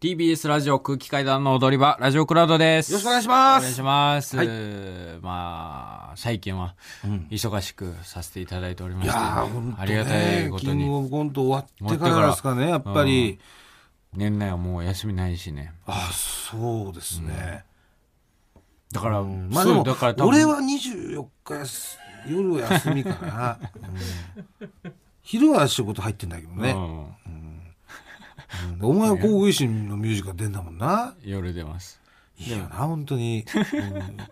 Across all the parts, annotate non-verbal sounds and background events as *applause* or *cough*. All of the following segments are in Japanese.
TBS ラジオ空気階段の踊り場、ラジオクラウドです。よろしくお願いしまおす願いします。はいまあ、最近は、忙しくさせていただいておりまいして、やー、本当ありがたいねこ、キとングに、オブコント終わってからですかね、やっぱり。年内はもう休みないしね。あ、そうですね。だから、まあそでうもだから、多分俺は24日休夜は休みか *laughs* な。うん昼は仕事入ってんだけどうね。ん、うんお前は工具維新のミュージカル出んだもんな。夜出ます。いいよな、本当に。うんあ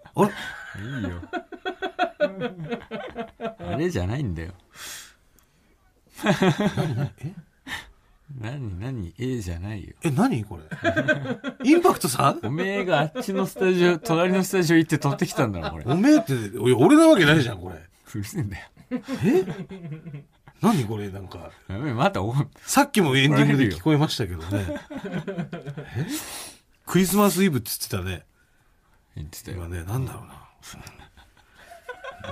れいいよ。*laughs* あれじゃないんだよ。何何 ?A じゃないよ。え、何これ。インパクトさんおめえがあっちのスタジオ、隣のスタジオ行って撮ってきたんだろ、これ。おめえって、いや俺なわけないじゃん、これ。うるせえんだよ。何これ、なんか。やべえまたお、さっきもエンディングで聞こえましたけどね。えクリスマスイブって言ってたね。言ってたよ今。ね、なんだろうな。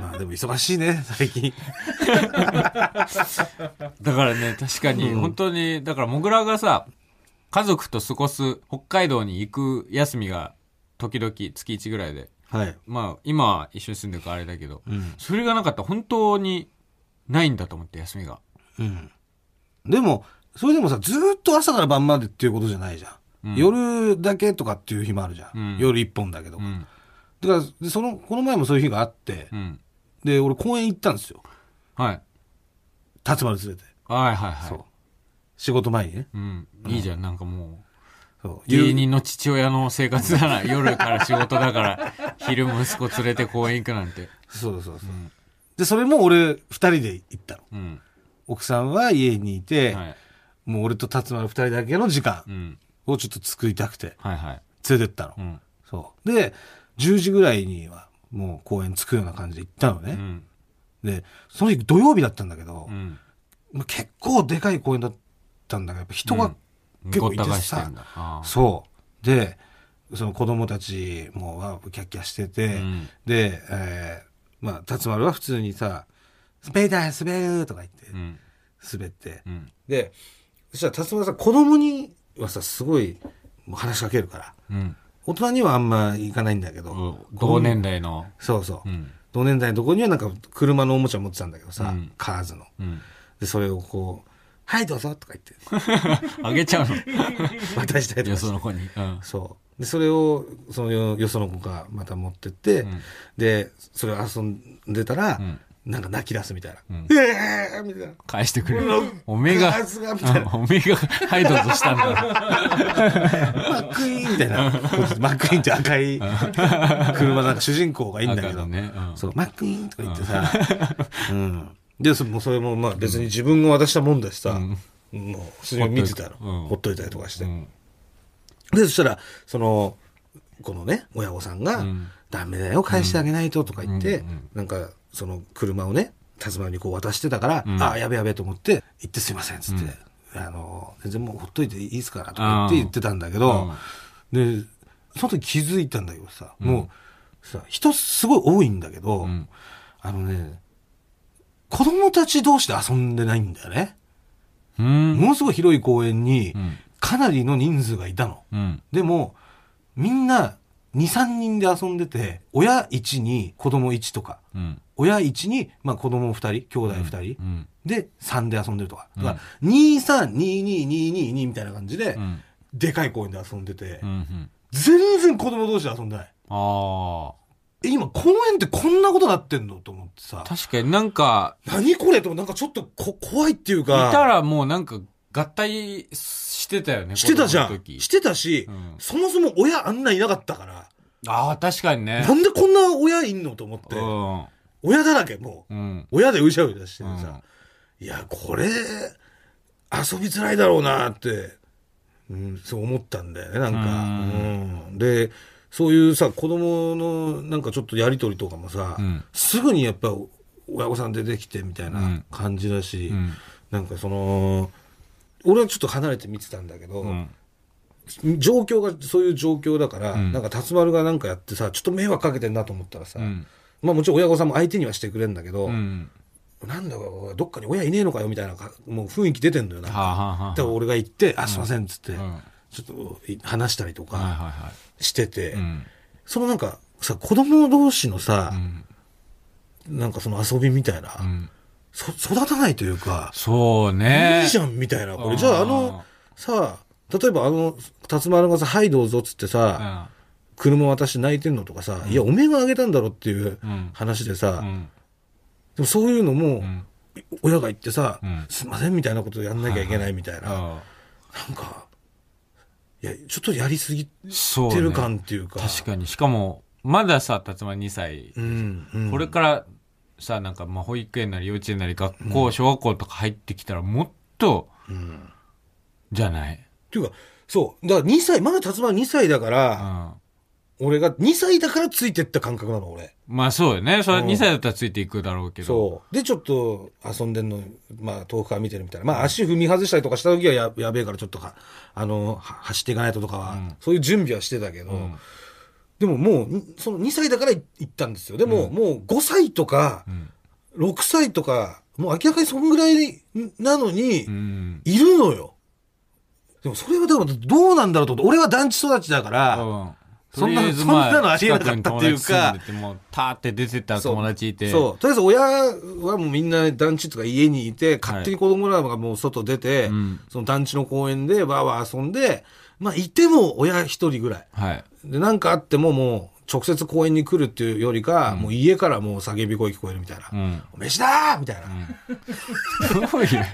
まあでも忙しいね、最近。だからね、確かに、本当に、だから、モグラがさ、家族と過ごす北海道に行く休みが、時々月1ぐらいで。はい。まあ、今は一緒に住んでるからあれだけど、うん。それがなかったら本当にないんだと思って、休みが。うん。でも、それでもさ、ずーっと朝から晩までっていうことじゃないじゃん。うん夜だけとかっていう日もあるじゃん。うん夜一本だけど。うん。だからで、その、この前もそういう日があって、うん。で、俺公園行ったんですよ。はい。辰丸連れて。はいはいはい。そう。仕事前にね。うん。いいじゃん、なんかもそうう、芸人の父親の生活だな。 *laughs* 夜から仕事だから、昼息子連れて公園行くなんて。そうそうそう。んで、それも俺、二人で行ったの。うん。奥さんは家にいて、はい。もう俺と辰丸二人だけの時間うん。をちょっと作りたくて、はいはい。連れてったの。うん。そう。で、10時ぐらいには、もう公園着くような感じで行ったのうね。ん。で、その日土曜日だったんだけど、うん。まあ結構でかい公園だったんだけど、やっぱ人が、結構ごった返してんだ。ああそう。で、その子供たちもわーキャッキャしてて、うんで、えーまあ、辰丸は普通にさ、滑りたい、滑るとか言ってう、ん。滑ってう。ん。で、そしたら辰丸さん、子供にはさ、すごいもう話しかけるから、うん。大人にはあんま行かないんだけど、同年代の。そうそう。うん。同年代のとこにはなんか車のおもちゃ持ってたんだけどさ、うんカーズの。うん。で、それをこう、はいどうぞとか言って、あげち *laughs* ゃう渡したりのよとかしてその子に。うん。そう。で、それを、そのよよその子がまた持ってって、んで、それを遊んでたら、うんなんか泣き出すみたいな。んえーみたいな。返してくれる。おめえが、ガスがみたいなうんおめえが、はい、どうぞしたんだ。 *laughs* マックイーンみたいな。マックイーンって赤い車なんか主人公がいいんだけ赤のど。ねうんそう、マックイーンとか言ってさ。うん。で、そもうそれもまあ別に自分が渡したもんだしさ、もう普通に見てたの。うんほっといたりとかして。うん。で、そしたら、その、このね、親御さんが、んダメだよ、返してあげないととか言って、うんうんなんか、その車をね、辰丸にこう渡してたから、んああ、やべやべと思って、行ってすいません、つって、あの、全然もうほっといていいですから、とか言ってうん言ってたんだけど、で、その時気づいたんだけどさ、もう、さ、人すごい多いんだけど、んあのね、子供たち同士で遊んでないんだよね。うん。ものすごい広い公園にん、かなりの人数がいたの。うん。でも、みんな、2、3人で遊んでて、親1に子供1とか、うん。親1に、まあ子供2人、兄弟2人、うん。で、3で遊んでるとか。だから、2、3、2、2、2、2、2みたいな感じでう、ん。でかい公園で遊んでてう、ん。全然子供同士で遊んでない。あえ、今公園ってこんなことなってんのと思ってさあ。、確かになんか、何これと思ってなんかちょっとこ怖いっていういか、たらもうなんか、合体してたよね。してたじゃ子供のん。時してたし、うんそもそも親あんないなかったから、ああ、確かにねな。んでこんな親いんのと思って、うん。親だらけもう。うん。親でうじゃうじゃしてうんさ、いや、これ、遊びづらいだろうなって、うん、そう思ったんだよね、なんか。うんで、そういうさ、子供のなんかちょっとやりとりとかもさ、うんすぐにやっぱ親御さん出てきてみたいな感じだし、んなんかその、俺はちょっと離れて見てたんだけど、うん。状況がそういう状況だから、んなんか辰丸がなんかやってさ、ちょっと迷惑かけてんなと思ったらさ、うん。まあもちろん親御さんも相手にはしてくれんだけど、うん。なんだか、どっかに親いねえのかよみたいなか、もう雰囲気出てんのよな。はあはあはあで、俺が行って、あ、すいません、っつって、うんちょっとい話したりとはいかはいはしてて、い。うん。そのなんかさ、子供同士のうさ、ん。なんかその遊びみたいな、うんそ育たないというか、そうね。いいじん。ゃんみたいな、こうれ。んじゃああの、さ、例えばあの、辰丸がさ、はいどうぞっつってさ、車渡して泣いてんのとかさ、いや、おめえがあげたんだろっていううん話でうさ、ん。でもそういうのう、もん。親が言ってさ、うんすいませんみたいなことやんなきゃいけないみたいな、あなんか、いや、ちょっとやりすぎあそうね。てる感っていうか。確かに。しかも、まださ、辰馬2歳。うん、うん。これからさ、なんか、まあ、保育園なり幼稚園なり学校、小学校とか入ってきたら、もっと、うん。じゃない。っていうか、そう。だから2歳、まだ達馬2歳だかうら、ん。俺が2歳だからついてった感覚なの、俺。まあそうよね。それうん2歳だったらついていくだろうけど。そう。で、ちょっと遊んでんの、まあ、遠くから見てるみたいな。まあ、足踏み外したりとかした時はややべえから、ちょっとか、あの、は走っていかないととかは、うんそういう準備はしてたけど、うん。でももう、んその2歳だからい行ったんですよ。でも、もう5歳とかう、ん。 6歳とか、もう明らかにそんぐらいなのに、うん。いるのよ。でもそれはだからどうなんだろうと、俺は団地育ちだから、うんそんなとりあえずそんなのありえなかったっていうか近くに友達住んでてもう、たーって出てった友達いて。そう。とりあえず親はもうみんな団地とか家にいて、勝手に子供らがもう外出て、うんその団地の公園でわーわー遊んで、まあいても親一人ぐらい。はい。で、なんかあってももう直接公園に来るっていうよりか、もう家からもう叫び声聞こえるみたいな。うん。お飯だーみたいな。どういう、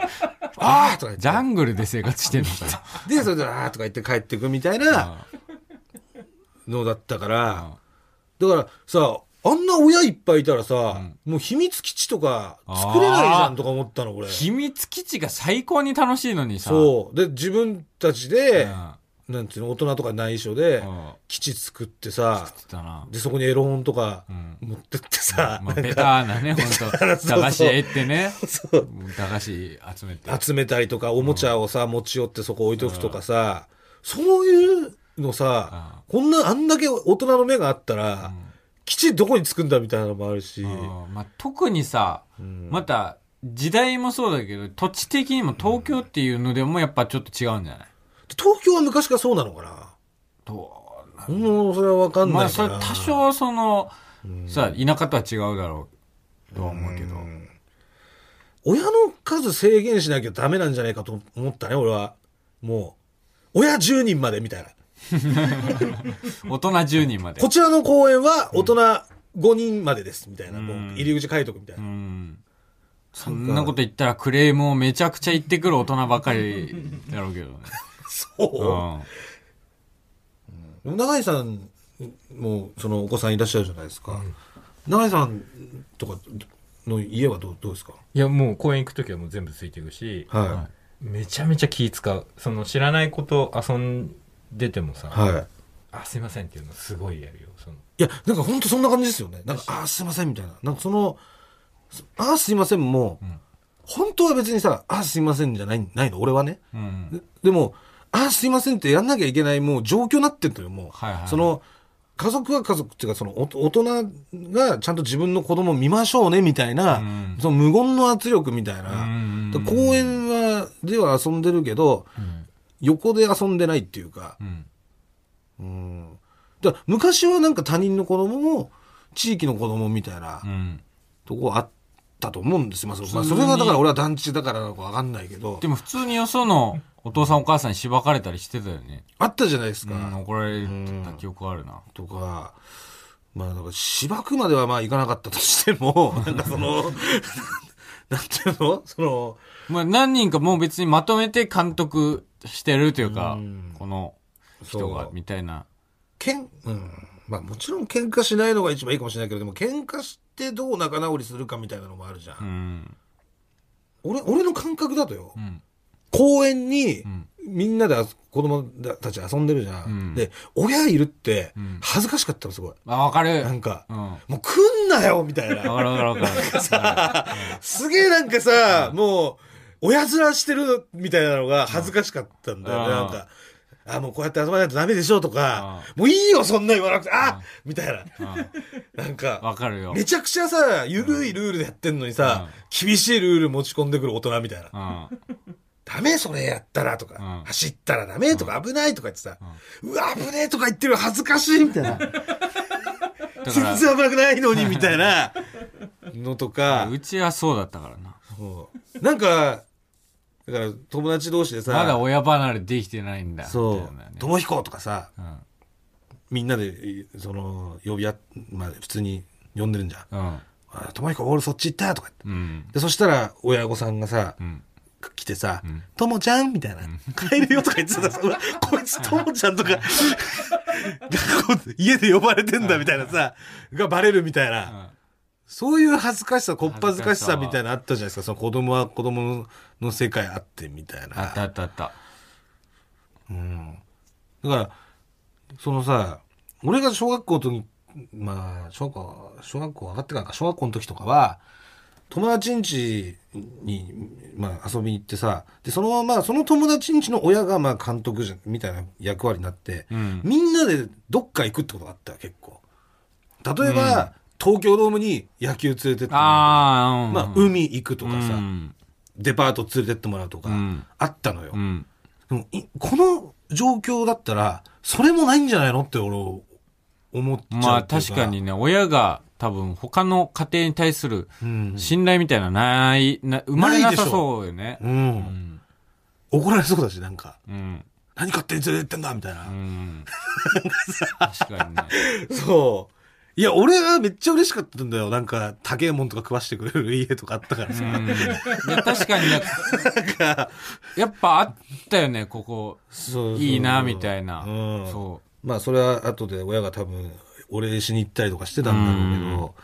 あーとか言ってジ。ャングルで生活してんのかな。で、それで、あーとか言って帰ってくみたいなのだったから、だからさ、あんな親いっぱいいたらさ、もう秘密基地とか作れないじゃんとか思ったの、これ。秘密基地が最高に楽しいのにさ。そう。で、自分たちうで、ん。なんていうの、大人とかに内緒で、うん。基地作ってさ、つってたな。で、そこにエロ本とかうん。持ってってさ、まあ、なんベタか、ーなね、ほんと。ターなそうそう駄菓子屋行ってね。 *laughs* そう、駄菓子集めて。集めたりとか、おもちゃをさ、持ち寄ってそこ置いとくとかさ、そういうのさ、こんな、あんだけ大人の目があったら、基地どこに作るんだみたいなのもあるし、うんまあ、特にさ、うんまた時代もそうだけど土地的にも東京っていうのでもやっぱちょっと違うんじゃない東京は昔からそうなのかなどうなんもうそれはわかんまあないかそれら。多少その、うんさ田舎とは違うだろうとは思うけど、ん親の数制限しなきゃダメなんじゃないかと思ったね、俺は。もう、親10人までみたいな。大人10人までこちらの公園は大人5人までです、みたいな。うんもう入り口書いとくみたいうな。んそんなこと言ったらクレームをめちゃくちゃ言ってくる大人ばかりだろうけどね、そうう。永井さんも、そのお子さんいらっしゃるじゃないですか。永井さんとかの家はどうどうですかいや、もう公園行くときはもう全部ついていくし、はめちゃめちゃ気使う。その知らないこと遊んでてもさ、い。はい。あ、すいませんっていうのすごいやるよ。そのいや、なんかほんとそんな感じですよね。なんか、ああー、すいませんみたいな。なんかその、そああ、すいませんも、本当は別にさ、ああ、すいませんじゃない、ないの、俺はね。ん、うんででも、ああ、すいませんってやんなきゃいけない、もう状況になってんのよ、もう。はいはいはいその、家族は家族っていうか、その、お大人がちゃんと自分の子供見ましょうね、みたいな、うんその無言の圧力みたいな。うんだから公園は、では遊んでるけど、横で遊んでないっていうか、うんうんだから昔はなんか他人の子供も地域の子供みたいなうんとこあったと思うんですよ、まあそまあ普通そにれがだから俺は団地だからなのか分かんないけどでも普通によそのお父さんお母さんにしばかれたりしてたよね、あったじゃないですうか、ん、怒られた記憶あるな、とか。まあ、だから、しばくまではまあ、いかなかったとして *laughs* も、なんかその、 *laughs* なんていうのその、まあ、何人かもう別にまとめて監督してるというか、うんこの人がそうみたいな。けん、うん。まあ、もちろん喧嘩しないのが一番いいかもしれないけど、でも喧嘩してどう仲直りするかみたいなのもあるじゃん。うん。俺、俺の感覚だとよ。うん。公園にんみんなであ子供たち遊んでるじゃん。うんで、親いるってうん恥ずかしかったのすごい。あ、わかる。なんか、うん。わもう来んなよみたいかな。るわかるわかる。すげえなんかさ、もう、親面してるみたいなのが恥ずかしかったんだよね。うんなんか、あ、もうこうやって遊ばないとダメでしょとか、うもういいよそんな言わなくて、あみたいな。な *laughs* んうんか、わかるよ。めちゃくちゃさ、ゆるいルールでやってんのにさ、厳しいルール持ち込んでくる大人みたいな。うん。ダメそれやったらとか、うん走ったらダメとか、危ないとか言ってさ、うわ、危ねえとか言ってる恥ずかしいみたいな。だ全か然危なくないのにみたいなのとら、かう、ちはそうだったからな。そうなんか、だから友達同士でさ、まだ親離れできてないんだ。みそたいなねう、友彦とかさ、うん。みんなで、その、呼び合っ、まあ、普通に呼んでるんじゃん。うん。あ友彦、俺そっち行ったとか言って。うん。で、そしたら、親御さんがさう、ん。来てさん、ともちゃんみたいな、帰るよとか言 *laughs* ってたさ、うわ、こいつともちゃんとか、学校で家で呼ばれてんだみたいなさ、がバレるみたいな。そういう恥ずかしさ、こっぱずかしさみたいなのあったじゃないですか。その子供は子供のの世界あってみたいな。あったあったあった。うん。だから、そのさ、俺が小学校の時、まあ、小学校、小学校上がってからか、小学校の時とかは、友達ん家に、まあ、遊びに行ってさ、で、そのまま、その友達ん家の親が、まあ、監督じゃみたいな役割になって、うんみんなでどっか行くってことがあったよ、結構。例えば、東京ドームに野球連れてってもらああ、ううん。まあ、海行くとかさ、うん。デパート連れてってもらうとか、うんあったのよ。うん。でもいこの状況だったら、それもないんじゃないのって俺、思っちゃう。まあ確かに。ね、親が多分他の家庭に対するうん。信頼みたいなない、な生まれなさそうよね。う。うんん。怒られそうだし、なんか。うん。何勝手に連れてってんだみたいなう。ん。確かにね。そう。いや、俺はめっちゃ嬉しかったんだよ。なんか、竹右衛門とか食わしてくれる家とかあったからうさ。ん。いや確かにね、なんか、やっぱあったよね、ここ。そういいな、みたいな。うん。そまあ、それは後で親が多分、お礼しに行ったりとかしてたんだろうけど、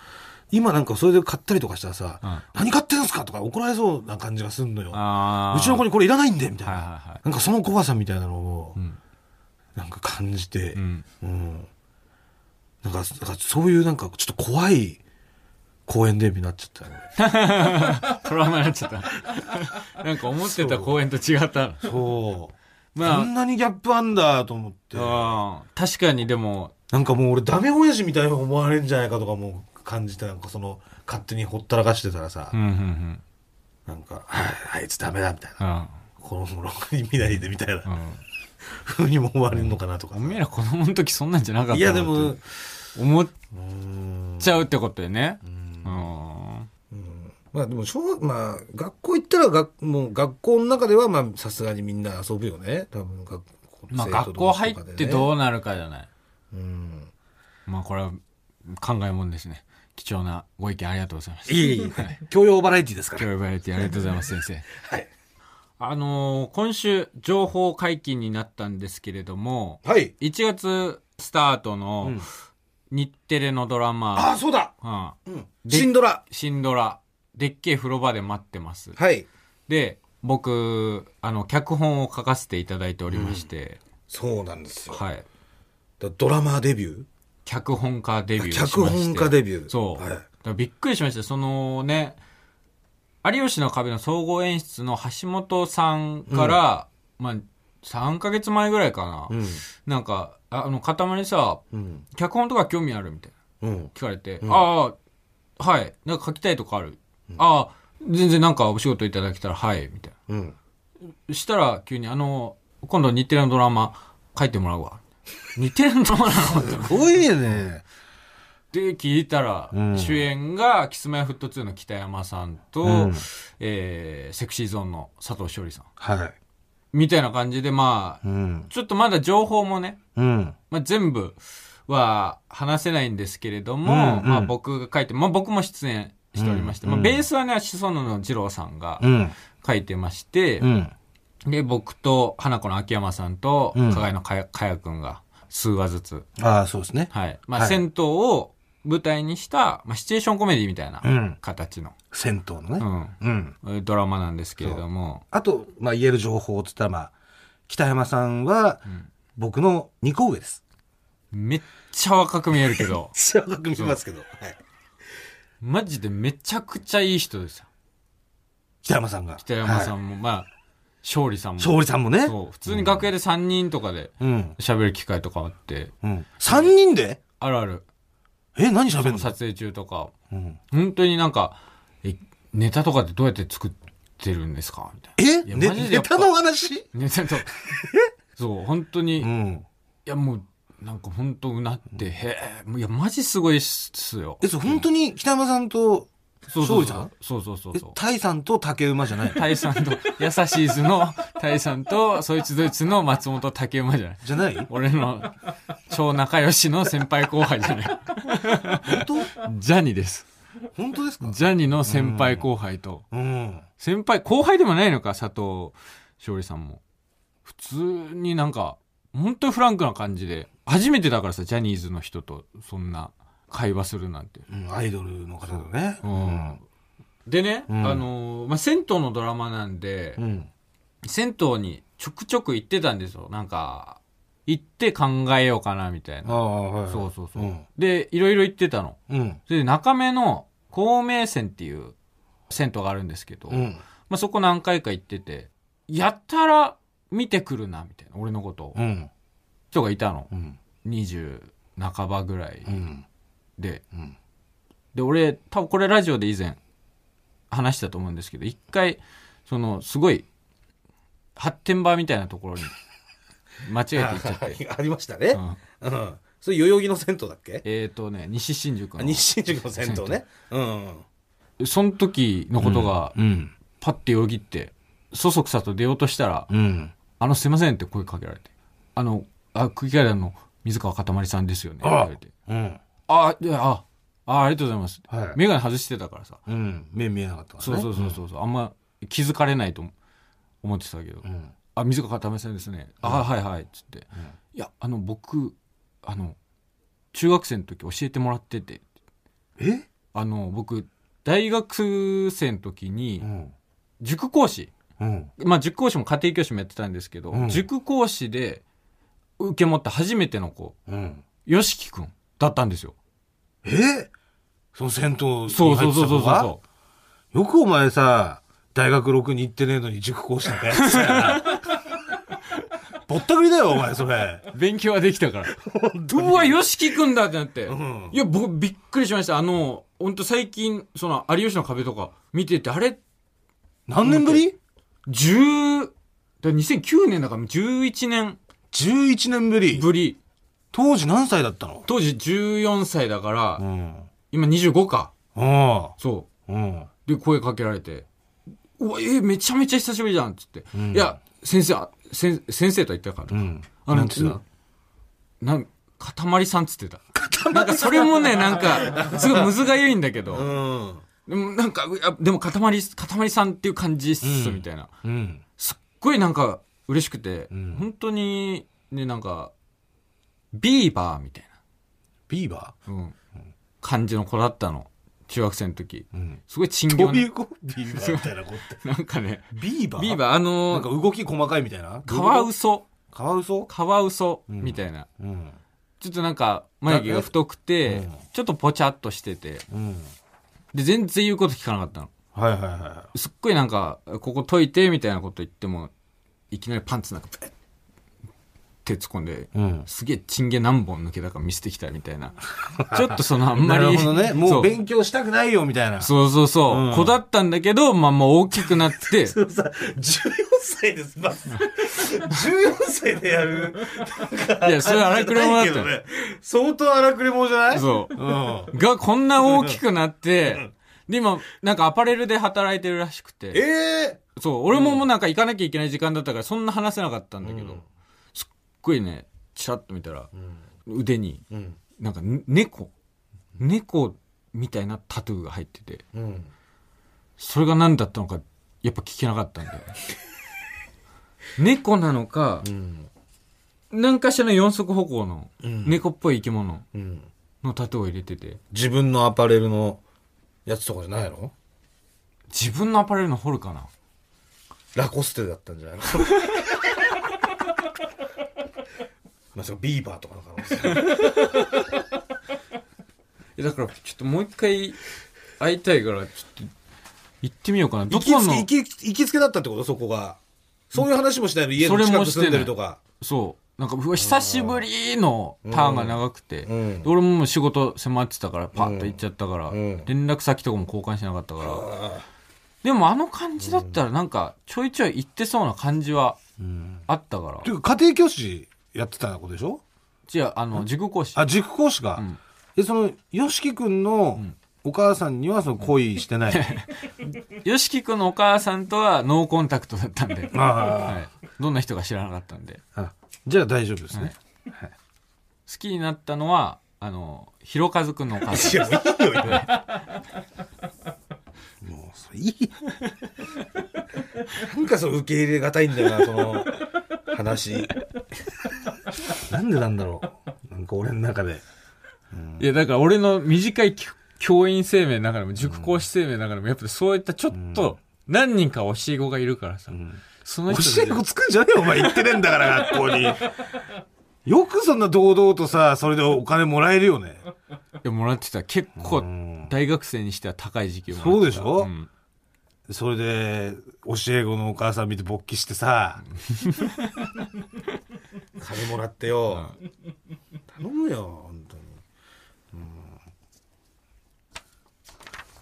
今なんかそれで買ったりとかしたらさ、うん何買ってんすかとか怒られそうな感じがすんのよう。。ああ。うちの子にこれいらないんでみたいはいな。はいはい。なんかその怖さみたいなのをう、ん。なんか感じてう、ん。うん。なんか、だからそういうなんかちょっと怖い公園デビューになっちゃったよね。トラウマになっちゃった。なんか思ってた公園と違ったな。そう。まあこんなにギャップあんだと思って。うん確かにでも、なんかもう俺ダメ親父みたいに思われるんじゃないかとかもう感じて、なんかその、勝手にほったらかしてたらさう、んうんなんか、はいあいつダメだみたいな。うん。うん。このろくに見ないでみたいなうん。風にも思われるのかなとかお。めえら子供の時そんなんじゃなかったいやでなっもて、思っうんちゃうってことよね。ううんん。まあでも小学、まあ、学校行ったらが、もう学校の中では、まあ、さすがにみんな遊ぶよね。多分学校、まあ生徒学同校士入とかでねってどうなるかじゃない。うん。まあこれは考えもんですね。貴重なご意見ありがとうございました。いえいえ、教養バラエティですか今ら。日呼ばれてありがとうございます先生。はい。あのー今週情報解禁になったんですけれども、はい。 1月スタートうのん日テレのドラあマ、あ、そうだうん、うん。でシンドラ。シンドラ、でっけえ風呂場で待ってます。はい。で、僕、あの、脚本を書かせていただいておりまして、そうなんですよ。はい。だドラマーデビュ脚本家デビューーしまして脚本家デビュー。そう。はいだからびっくりしました。そのね、有吉の壁の総合演出の橋本さんから、まあ、3ヶ月前ぐらいかな。うん。なんか、あの、塊にさ、うん。脚本とか興味あるみたいな。うん。聞かれて、うんああ、はい。なんか書きたいとかある。ああ、全然なんかお仕事いただけたら、はい、みたいうん。な。したら、急に、あの、今度日テレのドラマ書いてもらうわ。日テレのドラマなのってすごいね。で聞いたら、うん主演が Kｉｓ−Ｍｙ−Ｆｔ2 の北山さんと、うんえーセクシーゾーンの佐藤勝利さんはい。みたいな感じでまあ、うん。ちょっとまだ情報もね、うん。まあ、全部は話せないんですけれども、うんうんまあ、僕が書いて、まあ、僕も出演しておりまして、うんまあ、ベースはね子孫の二郎さんがうん。書いてまして、うん。で僕と花子の秋山さんとうん加賀のかやかやくんが数話ずつ、ああ、そうですね。はいまあはい銭湯を舞台にした、まあ、シチュエーションコメディみたいな。うん。形の、銭湯のうね。んうん。えードラマなんですけれども、あと、まあ、言える情報っつったら、まあ、北山さんは、僕の2個上です。、めっちゃ若く見えるけど *laughs* 小学見ますけど。はい。マジでめちゃくちゃいい人ですよ。北山さんが。北山さはいんも、まあ、勝利さんも。勝利さんもね。そう。普通に楽屋で3人とかでうん。喋る機会とかあって、うん。3人であるある。え、何喋るの撮影中とか、うん。本当になんか、えネタとかってどうやって作っってるんですかみたいえいやねマジでやネっぱタの話な。ね、 *laughs* ちゃんと。そう、本当に、ういん。やもう、なんか本当うなって、へえ、いや、マジすごいっすよ。え、それ本当に北山さんと、そうそう勝利さんそうそうそうえそう。タイさんと竹馬じゃないタイさんと、優しい図のタイさんと、そいつどいつの松本竹馬じゃない。じゃない本俺の超仲良しの先輩後輩じゃない。当ジャニーです。本当ですかジャニーの先輩後輩と、うん。先輩、後輩でもないのか、佐藤勝利さんも。普通になんか、本当にフランクな感じで、初めてだからさ、ジャニーズの人とそんな会話するなんて。うんアイドルの方だね。うんでね、うんあのーまあ、銭湯のドラマなんで、うん。銭湯にちょくちょく行ってたんですよ。なんか、行って考えようかな、みたいあな。あ、はい。そうそうそう。うん。で、いろいろ行ってたの。うん。で、中目の孔明線っていう銭湯があるんですけど、うん。まあ、そこ何回か行ってて、やったら見てくるな、みたいな、俺のことをうん。人がいたのう。ん。 20半ばぐらいうん。で。うん。で、俺、多分これラジオで以前話したと思うんですけど、一回、その、すごい、発展場みたいなと *laughs* ころに間違えて行っちゃっはて。いありましたねう。んうん。それ、代々木の銭湯だっけえっ、とね、西新宿あの。西新宿の銭湯ね。うん。その時のことが、うん。パッてよぎって、そそくさと出ようとしたら、うん。あの、すいませんって声かけられて。あの、あ、空気階段の水川かたまりさんですよね。あ言われて。うん。あ、いやあ、あ、ありがとうございます。はいメガネ外してたからさ。うん。目見えなかったからね。そうそうそうそう。うあんま気づかれないと思思ってたけど。うん。あ、水川かたまりさんですね。あ、はいはい。つって。いや、あの、僕、あの、中学生の時教えてもらってて。えあの、僕、大学生の時にう、ん。塾講師。うん。まあ、塾講師も家庭教師もやってたんですけど、うん塾講師で受け持った初めての子、うん。よしきくんだったんですよ。えその銭湯に入ってたそうそうそうそう子がそよくお前さ、大学6に行ってねえのに塾講師なんかやってた *laughs* よな。ぼったくりだよ、お前、それ。う。勉強はできた *laughs* から。うわ、よしきくんだってなって。んいや、僕びっくりしました。あの、本当最近、その、有吉の壁とか見てて、あれ、何年ぶり10、だ2009年だから11年 ?11 年ぶり。ぶり。当時何歳だったの当時14歳だから、うん。今25か。ああ。そう。うん。で、声かけられて、うわ、えーめちゃめちゃ久しぶりじゃんっつって、んいや、先生、あせん先生とは言ったから、うん。あのなんつうのなん、かたまりさんっつってた。なんかそれもね、なんか、すごいむずがゆいんだけど、うでん。もなんか、いやでもかたまり、かたまりさんっていう感じっす、みたいな。うん。すっごいなんか、嬉しくて、ん本当に、ね、なんか、ビーバーみたいビーバな、うん、感じの子だったの。中学生の時。ーうん。すごい珍ど妙ういな。う子ビーバーみたいな子って。なんかね、ビーバービーバー、あのなんか動き細かいみたいな。カワウウソ、カワウソカワウソみたいな。うん。ちょっとなんか眉毛が太くて、うんちょっとポチャっとしてて、うん。で、全然言うこと聞かなかったの。はいはいはすっごいなんか、ここ解いてみたいなこと言っても、いきなりパンツなんか、ブッって突っ込んで、い。うん。すげえチンゲ何本抜けたか見せてきたみたいな。 *laughs* ちょっとそのあんま *laughs* なり。る *laughs* ほどね。もそう勉強したくないよ、みたいな。そうそうそう、うん子だったんだけど、まあもう大きくな *laughs* って、でもさ、14歳です、 *laughs* まず。14歳でやる。いや、それ荒くれ者だったよ。ね。相当荒くれ者じゃないそうう。ん。がこんな大きくなって、で、今、なんかアパレルで働いてるらしくて。ええそう、俺ももうなんか行かなきゃいけない時間だったから、そんな話せなかったんだけど、すっごいね、チラッと見たら、腕に、うん。なんかね猫、猫みたいなタトゥーが入ってて、うん。それが何だったのか、やっぱ聞けなかったんだよね。 *laughs* 猫なのか、ん何かしらの四足歩行の、ん猫っぽい生き物うん。のタトゥーを入れてて、自分のアパレルのやつとかじゃないの自分のアパレルの掘るかなラコステだったんじゃないの *laughs* まさかビーバーとかの可能性。いやだから、ちょっともう一回会いたいから、ちょっと行ってみようかな。ど行きこつのけ、、行き、行きつけだったってことそこが。そういう話もしないの家の近く住んでるとか。そう。なんか、うわ久しぶりのターンが長くて、うんで俺ももう仕事迫ってたから、パッと行っちゃったから、うん連絡先とかも交換しなかったから、あでもあの感じだったらなんかちょいちょい行ってそうな感じはうん。あったからていうか、家庭教師やってたことでしょじゃああの塾講師あ、塾講師か。うんで、その、よしきくんのんお母さんにはその恋してない。 *laughs* よしきくんのお母さんとはノーコンタクトだったん *laughs* で、ああ、はい、どんな人か知らなかったんであじゃあ大丈夫ですね。好きになったのはあのひろかずくんのお母さんや、いいよ、もう、それいい。 *laughs* なんかその受け入れがたいんだよな、その話。 *laughs* なんでなんだろう。なんか俺の中で。いやだから俺の短いき教員生命の中でも塾講師生命の中でもやっぱそういったちょっと何人か教え子がいるからさ、んその教人えで子作んじゃねえよ、お前。言ってねえんだから、学校に。よくそんな堂々とさ、それでお金もらえるよね。いやもらってた結う構ん大学生にしては高い時給もらそうでってしたょんそれで、教え子のお母さん見て勃起してさ。金もらってよ。頼むよ、本当に。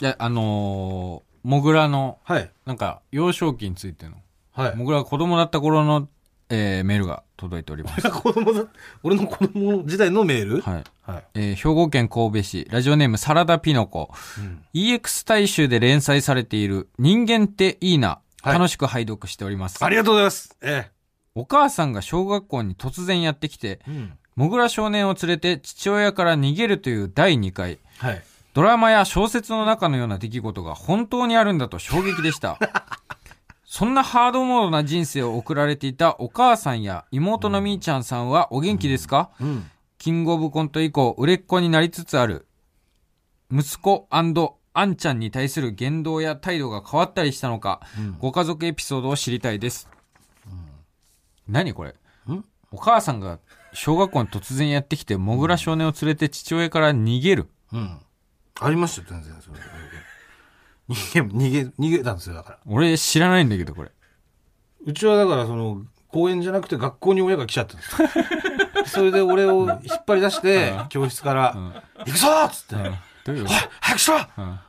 いやあのーモグラのはい。なんか幼少期についてのはい。モグラが子供だった頃の、えーメールが届いております *laughs* 子供だ、俺の子供時代のメールはいはい。えー兵庫県神戸市、ラジオネームサラダピノコ、うん。 EX 大衆で連載されている人間っていいな、はい楽しく拝読しております。ありがとうございます。えお母さんが小学校に突然やってきて、え。うん。もぐら少年を連れて父親から逃げるという第2回、はい。ドラマや小説の中のような出来事が本当にあるんだと衝撃で *laughs* した。そんなハードモードな人生を送られていたお母さんや妹のみーちゃんさんはお元気ですか、うん。キングオブコント以降、売れっ子になりつつある、息子アンちゃんに対する言動や態度が変わったりしたのか、ご家族エピソードを知りたいです。何これお母さんが小学校に突然やってきて、もぐら少年を連れて父親から逃げる。うん。ありましたよ、全然。それ逃げ、逃げ、逃げたんですよ、だから。俺知らないんだけど、これ。うちはだから、その、公園じゃなくて学校に親が来ちゃったん *laughs* ですよそれで俺を引っ張り出して、教室から、行くぞっつって、おいどういうこ早くしろ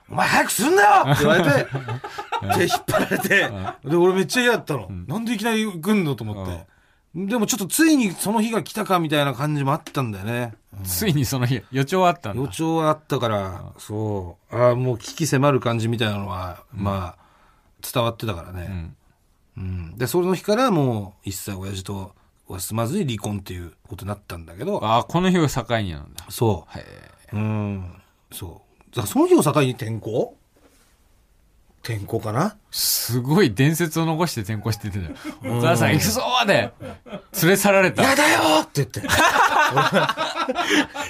お前早くすんなよって言われ *laughs* て、で、引っ張られて、で、俺めっちゃ嫌だったの。なんでいきなり来んのと思って。でもちょっとついにその日が来たかみたいな感じもあったんだよね。とついにその日、予兆はあったん予だ。兆はあったから、そう。ああ、もう危機迫る感じみたいなのは、まあ、伝わってたからうね。んうん。で、その日からもう、一切親父とは住まずに離婚っていうことになったんだけど、ああ、この日を境になんだ。そはい。う。うん。そう。だからその日を境に転校転校かなすごい伝説を残して転校しててたよ。お母さん行くぞーで連れ去られた。やだよーって言 *laughs* って。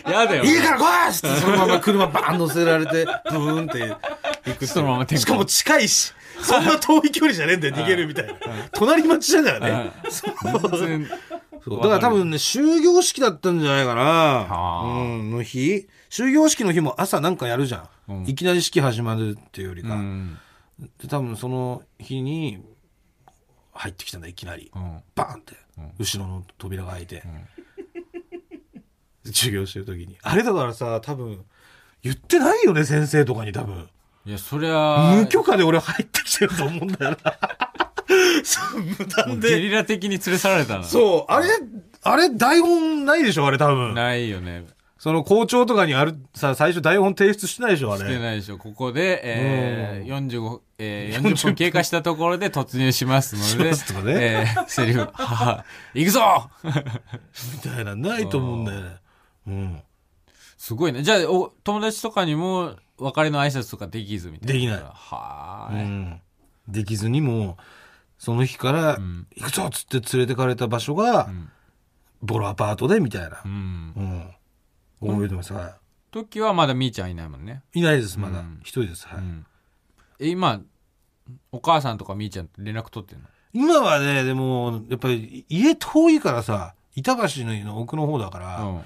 やだよ。いいから来いっつってそのまま車バーン乗せられて、ブーンって行くっていうそのまま転校しかも近いし、そんな遠い距離じゃねえんだよ、逃げるみたいな。隣町だからね。全然そうだから多分ね、終業式だったんじゃないかな。あうん、の日。終業式の日も朝なんかやるじゃん。うんいきなり式始まるっていうよりうか。ん。で、多分その日に入ってきたんだ、いきなり。うん。バーンってうん、後ろの扉が開いて。授業してる時に。あれだからさ、多分、言ってないよね、先生とかに多分。いや、そりゃ、無許可で俺入ってきてると思うんだよ *laughs* な。そう無断ゲで。リラ的に連れ去られたな。そう、あれ、あれ台本ないでしょ、あれ多分。ないよね。その校長とかにある、さ、最初台本提出してないでしょ、あしてれ。ないでしょ。ここで、えー、45、えー、40 40分経過したところで突入しますので、しますとかねえー、セリフ、母、行くぞみたいな、ないと思うんだよね。うん。すごいね。じゃあ、お、友達とかにも、別れの挨拶とかできずみたいな。できないはうーい。ん。できずにも、その日から、ん行くぞっつって連れてかれた場所が、んボロアパートで、みたいなう。ん。うん。覚えてます。は時はまだみーちゃんいないもんね。い。いないです、まだ。うん一人です。はい。うん。え、今、お母さんとかみーちゃんと連絡取ってんの今はね、でも、やっぱり、家遠いからさ、板橋の奥の方だから、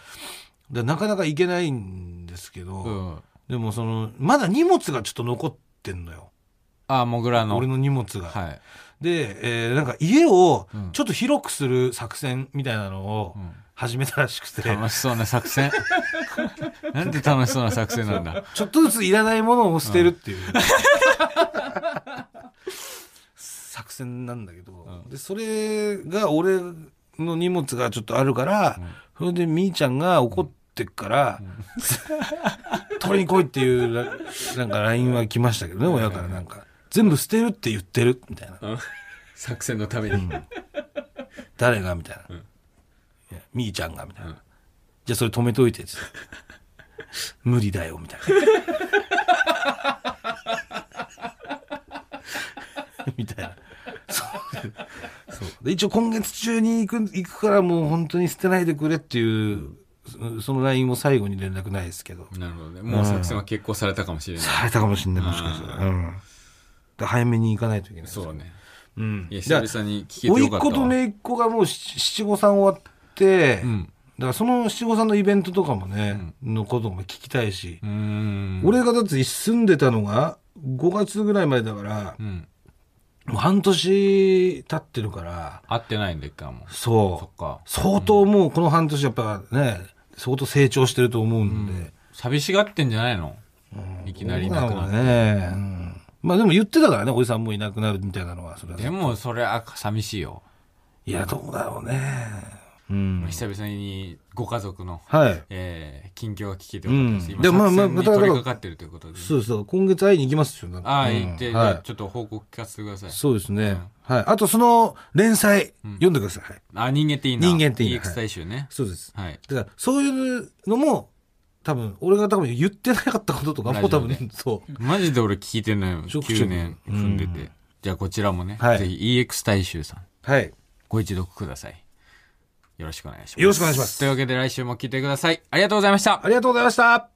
でなかなか行けないんですけど、うん。うん。でもその、まだ荷物がちょっと残ってんのよ。あ、もぐらの。俺の荷物が。はい。で、えーなんか家をうんちょっと広くする作戦みたいなのをうん始めたらしくて、楽しそうな作 *laughs* 戦。なんて楽しそうな作戦なんだ。ちょっとずついらないものを捨てるっていう。 *laughs* 作戦なんだけど、でそれが俺の荷物がちょっとあるから、それでみーちゃんが怒ってっ *laughs* から、取りに来いっていうななんか LINE は来ましたけどね親からなんか全部捨てるって言ってるみたいな作戦のために。誰がみたいな、いやみーちゃんがみたいな、じゃあそれ止めといてって *laughs* 無理だよみたいな *laughs* みたいなそうそうで一応今月中に行く行くからもう本当に捨てないでくれっていうそその LINE を最後に連絡ないですけどなるほどね。もう作戦は決行されたかもしれない。されたかもしれないもしかしたら、うん、で早めに行かないといけないそうだね。うんいや、じゃあ久々に聞けて甥よっかった子わ。と姪っ子がもう七七五三終わって、うん。だからその七五三のイベントとかもね、のことも聞きたいしう、ーん。俺がだって住んでたのが5月ぐらい前だから、うん。もう半年経ってるから、会ってないんで、一回も。そそっかう。。相当もうこの半年やっぱね、相当成長してると思うんで。寂しがってんじゃないのいきなりいなくそうななっのて。ね。うんまあでも言ってたからね、おじさんもいなくなるみたいなのは、それは。でも、それは寂しいよ。いや、どうだろうね。うん。久々にご家族の、はい。えー、近況が聞けてよかったです。うん今、でもまあ作戦まにあまた取り掛かってるということで。そうそう。今月会いに行きますよ。ああ、うん言って、はいちょっと報告聞かせてください。そうですね。はい。あと、その連載、読んでください。はいあ、人間っていいな。人間っていいな EX 大集ね。そうです。はい。だから、そういうのも、多分、俺が多分言ってなかったこととかもラジ多オで分、そう。マジで俺聞いてないよ。ちょくちょく9年踏んでて。じゃあこちらもね、はいぜひ EX 大集さん、はい。ご一読ください。よろしくお願いします。よろしくお願いしますというわけで来週も聞いてください。ありがとうございましたあ。りがとうございました